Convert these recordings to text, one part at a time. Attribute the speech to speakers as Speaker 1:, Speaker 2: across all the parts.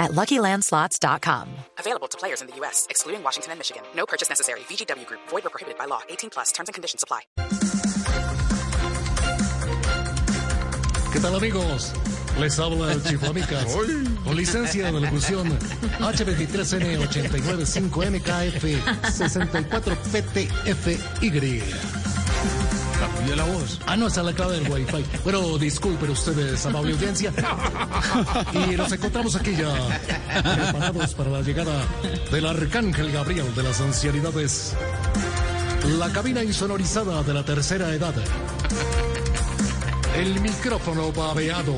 Speaker 1: at luckylandslots.com.
Speaker 2: Available to players in the U.S., excluding Washington and Michigan. No purchase necessary. VGW Group, void or prohibited by law. 18 plus terms and conditions apply.
Speaker 3: ¿Qué tal amigos? Les habla el Chiflamicas, con licencia de locución H23N895MKF64PTFY. Cambió la voz. Ah, no, esa es la clave del Wi-Fi. Bueno, disculpen ustedes, amable audiencia. Y nos encontramos aquí ya, preparados para la llegada del Arcángel Gabriel de las Ancianidades. La cabina insonorizada de la tercera edad. El micrófono babeado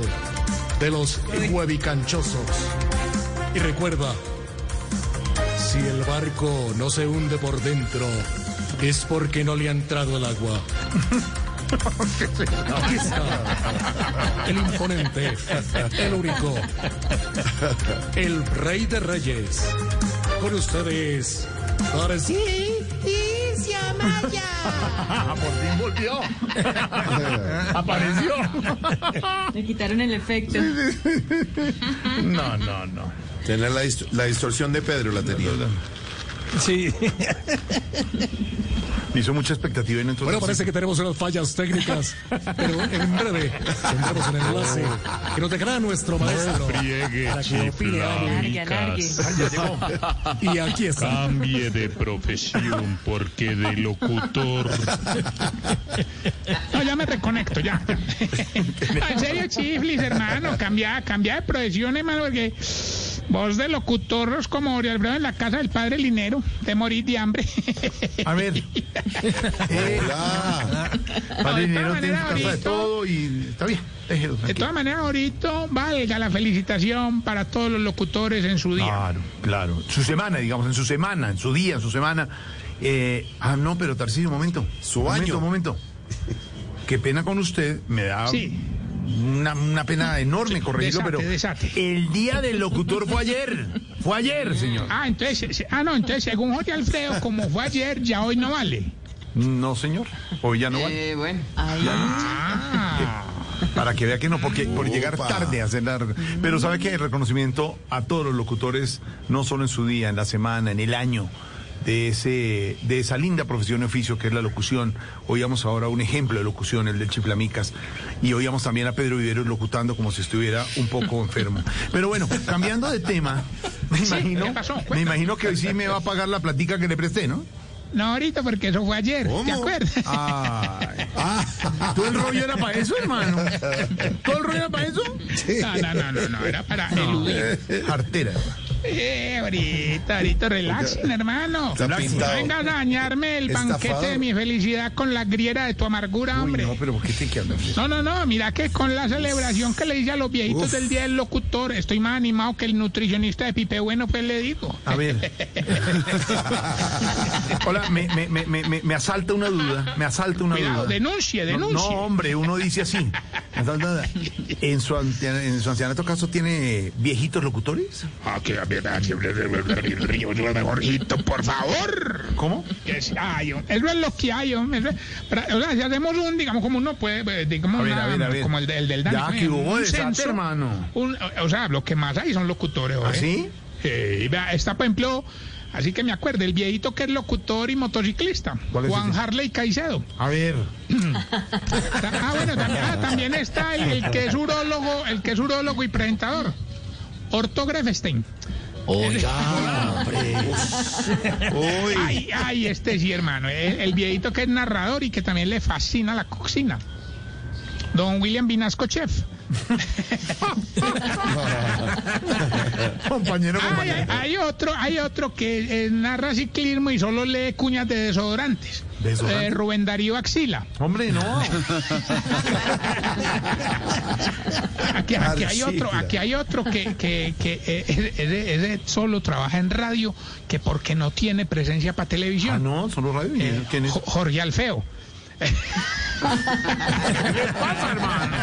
Speaker 3: de los huevicanchosos. Y recuerda, si el barco no se hunde por dentro, es porque no le ha entrado el agua. Aquí está el imponente, el único, el rey de reyes. Con ustedes, Araceli
Speaker 4: Apareció.
Speaker 5: Le quitaron el efecto.
Speaker 4: No, no, no.
Speaker 6: Tener la, dist- la distorsión de Pedro la tenía.
Speaker 4: Sí.
Speaker 6: Hizo mucha expectativa en entonces.
Speaker 3: Bueno, parece que tenemos unas fallas técnicas, pero en breve tendremos un enlace que nos dejará nuestro maestro. para que opine,
Speaker 5: Alargue,
Speaker 3: hable.
Speaker 5: alargue.
Speaker 3: Y aquí está.
Speaker 7: Cambie de profesión porque de locutor
Speaker 4: No, ya me reconecto, ya. ya. No, en serio, chiflis, hermano. Cambia, cambia de profesión, hermano, porque vos de locutorros como Oriol Bravo en la casa del padre Linero, te morís de hambre.
Speaker 8: A ver,
Speaker 6: Hola.
Speaker 8: padre dinero
Speaker 4: manera,
Speaker 8: tiene su casa de
Speaker 4: ahorita-
Speaker 8: todo y está bien. déjelo
Speaker 4: De
Speaker 8: tranquilo.
Speaker 4: todas maneras, ahorita valga la felicitación para todos los locutores en su día.
Speaker 8: Claro, claro. Su semana, digamos, en su semana, en su día, en su semana. Eh, ah, no, pero Tarcillo, un momento.
Speaker 6: Su
Speaker 8: Un
Speaker 6: año.
Speaker 8: Momento, un momento. Qué pena con usted, me da
Speaker 4: Sí.
Speaker 8: una, una pena enorme corregirlo,
Speaker 4: desate,
Speaker 8: pero
Speaker 4: desate.
Speaker 8: el día del locutor fue ayer. Fue ayer, señor.
Speaker 4: Ah, entonces, se- ah, no, entonces, según Jorge Alfredo, como fue ayer, ya hoy no vale.
Speaker 8: No, señor. Hoy ya no
Speaker 6: Eh,
Speaker 8: vale.
Speaker 4: Ah.
Speaker 8: Para que vea que no, porque por llegar
Speaker 6: Opa.
Speaker 8: tarde a hacer la... Pero sabe que el reconocimiento a todos los locutores, no solo en su día, en la semana, en el año, de, ese, de esa linda profesión y oficio que es la locución. Oíamos ahora un ejemplo de locución, el del Chiflamicas, y oíamos también a Pedro Viveros locutando como si estuviera un poco enfermo. Pero bueno, cambiando de tema, me imagino,
Speaker 4: ¿qué pasó?
Speaker 8: me imagino que hoy sí me va a pagar la platica que le presté, ¿no?
Speaker 4: No, ahorita, porque eso fue ayer, ¿te
Speaker 6: ¿Cómo? Ah,
Speaker 4: acuerdas?
Speaker 8: Ay. Ah. ¿Todo el rollo era para eso, hermano? ¿Todo el rollo era para eso?
Speaker 4: No, no, no, no, no, era para eludir.
Speaker 8: Artera.
Speaker 4: Eh, ahorita, ahorita, relaxen, hermano.
Speaker 6: Está
Speaker 4: No
Speaker 6: pintado.
Speaker 4: vengas a dañarme el
Speaker 6: Estafado.
Speaker 4: banquete de mi felicidad con la griera de tu amargura, hombre.
Speaker 8: No, pero ¿por qué tiene que hablar?
Speaker 4: No, no, no, mira que con la celebración que le hice a los viejitos del Día del Locutor, estoy más animado que el nutricionista de Pipe Bueno, pues le digo.
Speaker 8: A ver. Ah. Hola, me, me, me, me, me- me asalta una duda. Me asalta una
Speaker 4: Cuidado,
Speaker 8: duda.
Speaker 4: denuncie,
Speaker 8: No,
Speaker 4: denuncie.
Speaker 8: No, hombre, uno dice así. Me asalta una duda. ¿En su, ante- en su ancianato caso tiene viejitos locutores?
Speaker 4: Ah, que a ver, a ver, Jorgito, por favor.
Speaker 8: ¿Cómo?
Speaker 4: Que es- ay, hombre, eso es lo que hay, hombre. eso es- pero, o sea, si hacemos un, digamos, como uno puede, eh, digamos,
Speaker 8: A ver, a ver, a ver.
Speaker 4: como el, de- el del
Speaker 8: Ya,
Speaker 4: Dani.
Speaker 8: que hubo
Speaker 4: un
Speaker 8: desate,
Speaker 4: censo,
Speaker 8: hermano.
Speaker 4: un- o sea, lo que más hay son locutores,
Speaker 8: ¿Ah,
Speaker 4: ¿eh?
Speaker 8: sí?
Speaker 4: Eh, vea, está, por ejemplo, así que me acuerdo, el viejito que es locutor y motociclista,
Speaker 8: ¿Cuál es
Speaker 4: Juan
Speaker 8: ese?
Speaker 4: Harley Caicedo.
Speaker 8: A ver.
Speaker 4: Ah, bueno, también, ah, también está el, el que es urólogo, el que es urólogo y presentador, Orto Grefestein.
Speaker 8: Uy.
Speaker 4: Ay, ay, este sí, hermano. El, el viejito que es narrador y que también le fascina la cocina. Don William Vinasco Chef.
Speaker 8: Compañero,
Speaker 4: Ay,
Speaker 8: compañero.
Speaker 4: hay, hay otro, hay otro que eh, narra ciclismo y solo lee cuñas de desodorantes.
Speaker 8: ¿Desodorante?
Speaker 4: Eh, Rubén Darío Axila.
Speaker 8: Hombre, no.
Speaker 4: Aquí, aquí hay
Speaker 6: Axila.
Speaker 4: otro, aquí hay otro que, que, que, eh, ese- ese solo trabaja en radio, que porque no tiene presencia para
Speaker 8: Ah,
Speaker 4: televisión.
Speaker 8: no, solo radio.
Speaker 4: Eh,
Speaker 8: ¿Quién es?
Speaker 4: Jo- Jorge Alfeo.
Speaker 7: ¿Qué pasa, hermano?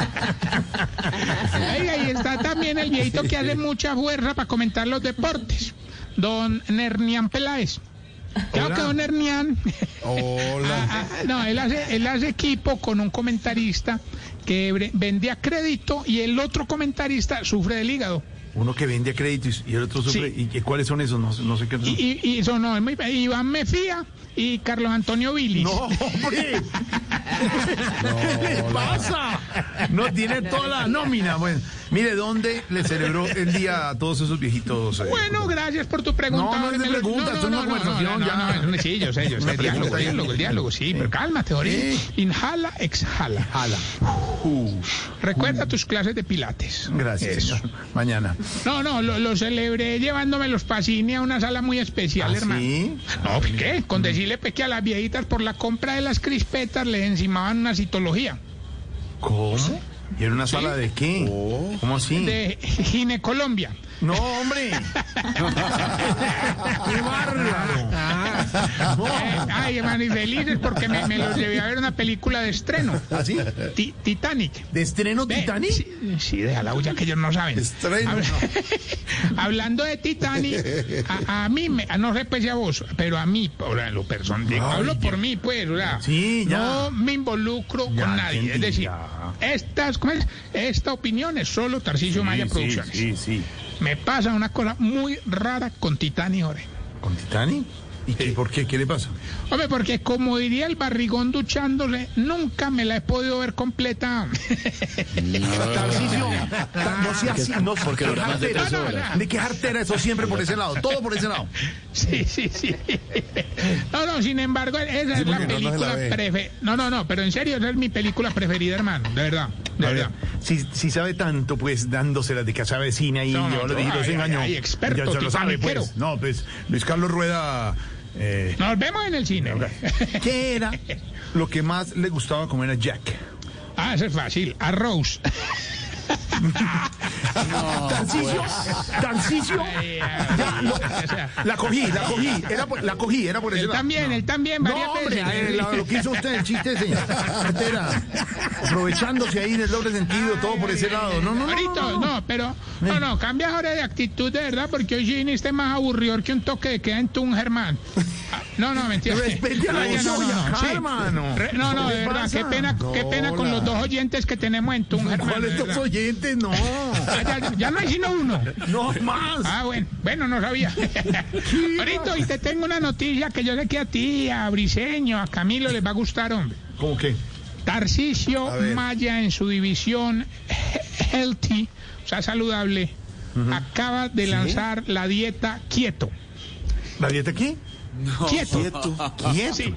Speaker 4: Oiga, y está también el viejito que hace mucha fuerza para comentar los deportes, don Nernián Peláez. Claro que don Hernián,
Speaker 6: Hola.
Speaker 4: ah, no, él hace, él hace equipo con un comentarista que bre- vende a crédito y el otro comentarista sufre del hígado.
Speaker 8: Uno que vende a crédito y- y el otro sufre. ¿Y qué- cuáles son esos? No, sé- no sé qué son.
Speaker 4: Y, y, y eso no, es muy- Iván Mefía y Carlos Antonio Vilis.
Speaker 8: ¡No, hombre! ¿Qué le pasa? No tiene toda la nómina. Bueno, mire, ¿dónde le celebró el día a todos esos viejitos? eh?
Speaker 4: Bueno, gracias por tu pregunta.
Speaker 8: No, no es de
Speaker 4: Me lo-
Speaker 8: pregunta, esto es una conversación, ya.
Speaker 4: no, no, no, sí, yo sé, yo sé,
Speaker 8: Una
Speaker 4: diálogo,
Speaker 8: pregunta,
Speaker 4: el diálogo, el diálogo, sí, pero cálmate, Ori.
Speaker 8: Sí.
Speaker 4: Inhala, exhala.
Speaker 8: Ala.
Speaker 4: Recuerda tus clases de pilates.
Speaker 8: Mm. Gracias, señor. Mañana.
Speaker 4: No, no, lo, lo celebré llevándome los pasini a una sala muy especial,
Speaker 8: ¿Ah,
Speaker 4: hermano.
Speaker 8: sí?
Speaker 4: No, pues, ¿qué? Con decirle pues, que a las viejitas por la compra de las crispetas les encimaban una citología
Speaker 8: ¿Cómo? ¿Y en una sala de qué? ¿Cómo así?
Speaker 4: Oh. de ginecolombia.
Speaker 8: No, hombre. ¡Qué bárbaro!
Speaker 4: Eh, ay, hermano, y felices porque me, me los llevé a ver una película de estreno,
Speaker 8: ¿Así?
Speaker 4: Ti- Titanic.
Speaker 8: ¿De estreno
Speaker 4: Ve,
Speaker 8: Titanic?
Speaker 4: Sí, sí, déjala ya que ellos no saben.
Speaker 6: Estreno.
Speaker 4: Habla- Hablando de Titanic, a, a mí, me, a- no sé pues a vos, pero a mí, ahora lo personal, digo,
Speaker 8: Ay,
Speaker 4: hablo
Speaker 8: ya.
Speaker 4: por mí, pues, o sea,
Speaker 8: Sí, ya.
Speaker 4: no me involucro
Speaker 8: Ya,
Speaker 4: con nadie.
Speaker 8: entendí,
Speaker 4: es decir,
Speaker 8: ya.
Speaker 4: estas, ¿cómo es? esta opinión es solo Tarcisio Maya
Speaker 8: sí,
Speaker 4: Producciones.
Speaker 8: sí, sí.
Speaker 4: Me pasa una cosa muy rara con Titanic, ahora.
Speaker 8: ¿Con Titanic? ¿Y qué, por qué? ¿Qué le pasa?
Speaker 4: Hombre, porque como diría el barrigón duchándole, nunca me la he podido ver completa.
Speaker 8: Tarcisio, ta- no sea así, no, porque
Speaker 9: dura más de tres
Speaker 4: horas.
Speaker 8: ¿De qué jartera eso siempre por ese lado? Todo por ese lado.
Speaker 4: Sí, sí, sí. No, no, sin embargo, esa es la
Speaker 6: porque no, no se la
Speaker 4: película
Speaker 6: ve.
Speaker 4: preferida. No, no, no, pero en serio, esa es mi película preferida, hermano. De verdad, de
Speaker 8: A ver,
Speaker 4: verdad.
Speaker 8: si, si sabe tanto, pues dándoselas de que sabe de cine ahí,
Speaker 4: No, no,
Speaker 8: yo
Speaker 4: no,
Speaker 8: lo dije,
Speaker 4: ay,
Speaker 8: los
Speaker 4: ay,
Speaker 8: engañó.
Speaker 4: ay, experto,
Speaker 8: Ya se lo sabe,
Speaker 4: titaniquero.
Speaker 8: pues. No, pues Luis Carlos Rueda. eh,
Speaker 4: Nos vemos en el cine.
Speaker 8: ¿Qué era lo que más le gustaba comer a Jack?
Speaker 4: Ah, eso es fácil. Arroz.
Speaker 8: Tarcicio, Tarcicio.
Speaker 4: Ay,
Speaker 8: Ya,
Speaker 4: ay,
Speaker 8: lo-
Speaker 4: pues. o sea,
Speaker 8: La cogí, la cogí, era por- la cogí, era por ese
Speaker 4: Él
Speaker 8: lado.
Speaker 4: también, él también, varias
Speaker 8: No, hombre,
Speaker 4: veces.
Speaker 8: eh, la- lo que hizo usted, el chiste, señor. Cartera, aprovechándose ahí del doble sentido, todo por ese lado. No, no, no.
Speaker 4: Ahorita,
Speaker 8: no,
Speaker 4: no,
Speaker 8: no.
Speaker 4: pero no, no, cambias ahora de actitud de verdad porque hoy sí viniste más aburrido que un toque de queda en Tun Germán. Ah, No, no, mentira.
Speaker 8: Respete a la
Speaker 4: Oye, no, no,
Speaker 8: suya,
Speaker 4: no, sí.
Speaker 8: hermano.
Speaker 4: Re- no, no,
Speaker 8: ¿Qué le
Speaker 4: de verdad,
Speaker 8: pasa?
Speaker 4: qué pena, qué pena con los dos oyentes que tenemos en Tun Germán.
Speaker 8: ¿Cuáles
Speaker 4: de
Speaker 8: dos
Speaker 4: verdad.
Speaker 8: oyentes? No.
Speaker 4: Ah, ya, ya no hay sino uno.
Speaker 8: No más.
Speaker 4: Ah, bueno, bueno, no sabía. Ahorita, y te tengo una noticia que yo sé que a ti, a Briseño, a Camilo les va a gustar, hombre.
Speaker 8: ¿Cómo qué?
Speaker 4: Tarcisio
Speaker 6: A ver.
Speaker 4: Maya en su división he- healthy, o sea, saludable, acaba de lanzar la dieta quieto.
Speaker 8: ¿La dieta aquí?
Speaker 4: quieto.
Speaker 8: ¿Quién?
Speaker 4: Sí.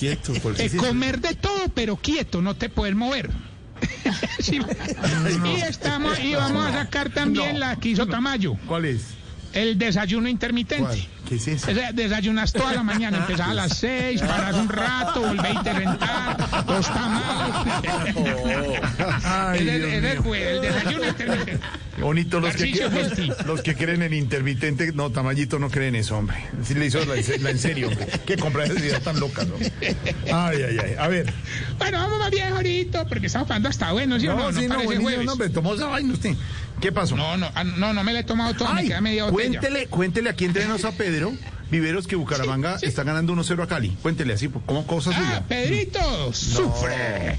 Speaker 6: Quieto, por
Speaker 4: Eh, comer de todo, pero quieto, no te puedes mover. Sí. pues. Y estamos y vamos a sacar también la que hizo Tamayo,
Speaker 8: ¿Cuál es?
Speaker 4: el desayuno intermitente.
Speaker 8: ¿Qué es eso?
Speaker 4: O sea, desayunas toda la mañana, empezás a las seis, paras un rato, volvés a rentar, los tamales.
Speaker 8: Ay,
Speaker 4: Ese es-
Speaker 8: Dios
Speaker 4: ese es
Speaker 8: mío.
Speaker 4: el, el desayuno intermitente.
Speaker 8: Bonito los que,
Speaker 4: Tarcisio Gesti.
Speaker 8: los, los que creen en intermitente. No, Tamayito no creen eso, hombre. Sí le hizo la, la en serio, hombre. Qué compra esa idea tan loca, ¿no? Ay, ay, ay. A ver.
Speaker 4: Bueno, vamos más bien ahorita, porque estamos pagando hasta bueno, ¿sí o no?
Speaker 8: No,
Speaker 4: No
Speaker 8: sí, no,
Speaker 4: parece
Speaker 8: buenísimo,
Speaker 4: jueves.
Speaker 8: no, hombre, tomó esa vaina usted. ¿Qué pasó?
Speaker 4: No, no, ah, no, no me la he tomado toda, me
Speaker 8: Ay,
Speaker 4: queda media botella.
Speaker 8: cuéntele, cuéntele aquí entre nos a Pedro Viveros que Bucaramanga está ganando 1-0 a Cali. Cuéntele así, como cosas
Speaker 4: Ah,
Speaker 8: suya.
Speaker 4: Pedrito, sufre.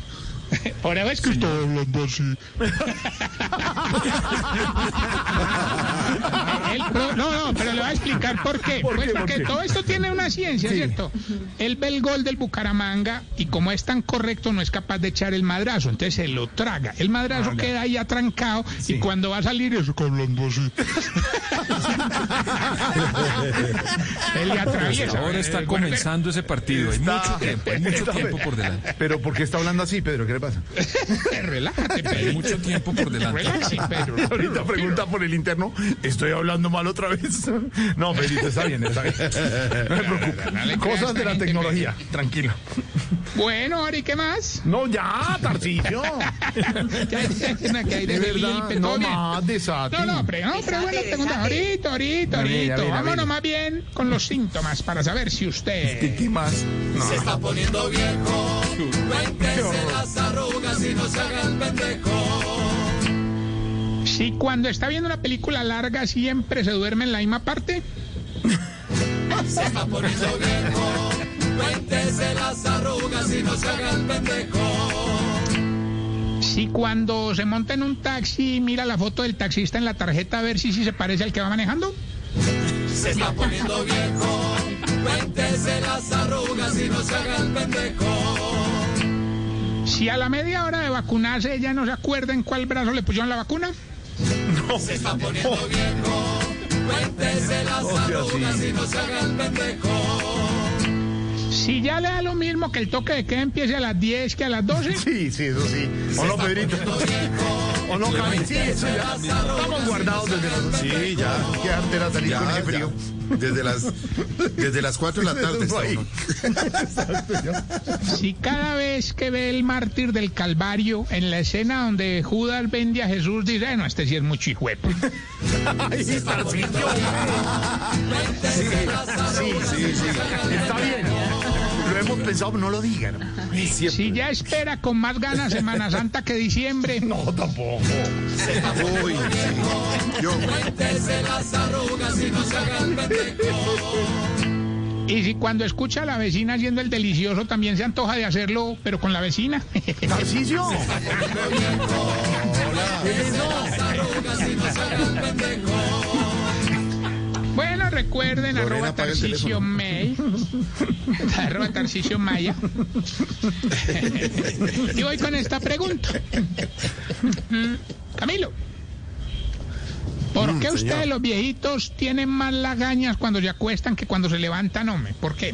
Speaker 4: Por eso es que usted hablando así. El pro- no, no, pero le voy a explicar por qué.
Speaker 8: ¿Por
Speaker 4: pues
Speaker 8: qué,
Speaker 4: porque
Speaker 8: por qué?
Speaker 4: todo esto tiene una ciencia, ¿cierto? Él ve el gol del Bucaramanga y como es tan correcto no es capaz de echar el madrazo, entonces se lo traga. El madrazo queda ahí atrancado y cuando va a salir es que hablando así. Él le
Speaker 8: Pues
Speaker 4: atraviesa.
Speaker 9: Ahora está
Speaker 4: El-
Speaker 9: comenzando ese partido. Hay
Speaker 8: Está-
Speaker 9: mucho tiempo, hay mucho
Speaker 8: está-
Speaker 9: tiempo por delante.
Speaker 8: Pero ¿por qué está hablando así, Pedro? ¿Qué le pasa?
Speaker 4: Relájate,
Speaker 9: Hay
Speaker 4: Pedro.
Speaker 9: mucho tiempo por delante.
Speaker 4: Relaxing, Pedro.
Speaker 8: Ahorita pregunta por el interno, ¿estoy hablando mal otra vez? No, Pedrito, está bien, está bien. No me
Speaker 4: no, no le
Speaker 8: preocupe.
Speaker 4: creas
Speaker 8: Cosas de la
Speaker 4: tan
Speaker 8: tecnología, tranquilo.
Speaker 4: Bueno, ahora, ¿y qué más?
Speaker 8: No, ya, Tarcicio.
Speaker 4: Ya hay que hay de
Speaker 8: De verdad,
Speaker 4: Felipe,
Speaker 8: no
Speaker 4: todo bien.
Speaker 8: más desate.
Speaker 4: No, no, pero, no, pero bueno, tengo una- ahorita, ahorita,
Speaker 8: A ver, a ver,
Speaker 4: ahorita.
Speaker 8: a ver.
Speaker 4: Vámonos más bien con los síntomas para saber si usted...
Speaker 8: ¿Qué, qué más? No.
Speaker 9: Está poniendo viejo.
Speaker 4: Si cuando está viendo una película larga siempre se duerme en la misma parte. Si cuando se monta en un taxi mira la foto del taxista en la tarjeta a ver si, si se parece al que va manejando. Si a la media hora de vacunarse ella no se acuerda en cuál brazo le pusieron la vacuna.
Speaker 8: Oh,
Speaker 4: Si ya le da lo mismo que el toque de queda empiece a las 10 que a las 12.
Speaker 8: Sí, sí, eso sí. ¿O no, Pedrito? ¿O no, Javi? Sí, eso ya. Estamos guardados desde las... Sí, ya. Qué arte era salir con ese frío.
Speaker 6: Desde las, desde las 4 de la tarde.
Speaker 8: Eso
Speaker 6: está
Speaker 8: ahí.
Speaker 6: uno.
Speaker 4: Si cada vez que ve el mártir del Calvario en la escena donde Judas vende a Jesús, dice, "Ay, no, este sí es muy chihuepo.
Speaker 8: Ay, sí, Tarcisio. Sí, sí, sí. Está bien. Lo hemos pensado, no lo digan.
Speaker 4: Si ya espera con más ganas Semana Santa que diciembre.
Speaker 8: No, tampoco.
Speaker 6: Uy, sí. Yo,
Speaker 4: Y si cuando escucha a la vecina haciendo el delicioso también se antoja de hacerlo, pero con la vecina.
Speaker 8: Tarcisio.
Speaker 4: Bueno, recuerden, arroba
Speaker 6: apaga el
Speaker 4: Tarcisio
Speaker 6: teléfono.
Speaker 4: May. arroba Tarcisio Maya. y voy con esta pregunta. Mm, Camilo.
Speaker 6: Mm,
Speaker 4: ¿Por qué ustedes los viejitos tienen más lagañas cuando se acuestan que cuando se levantan, hombre? ¿Por qué?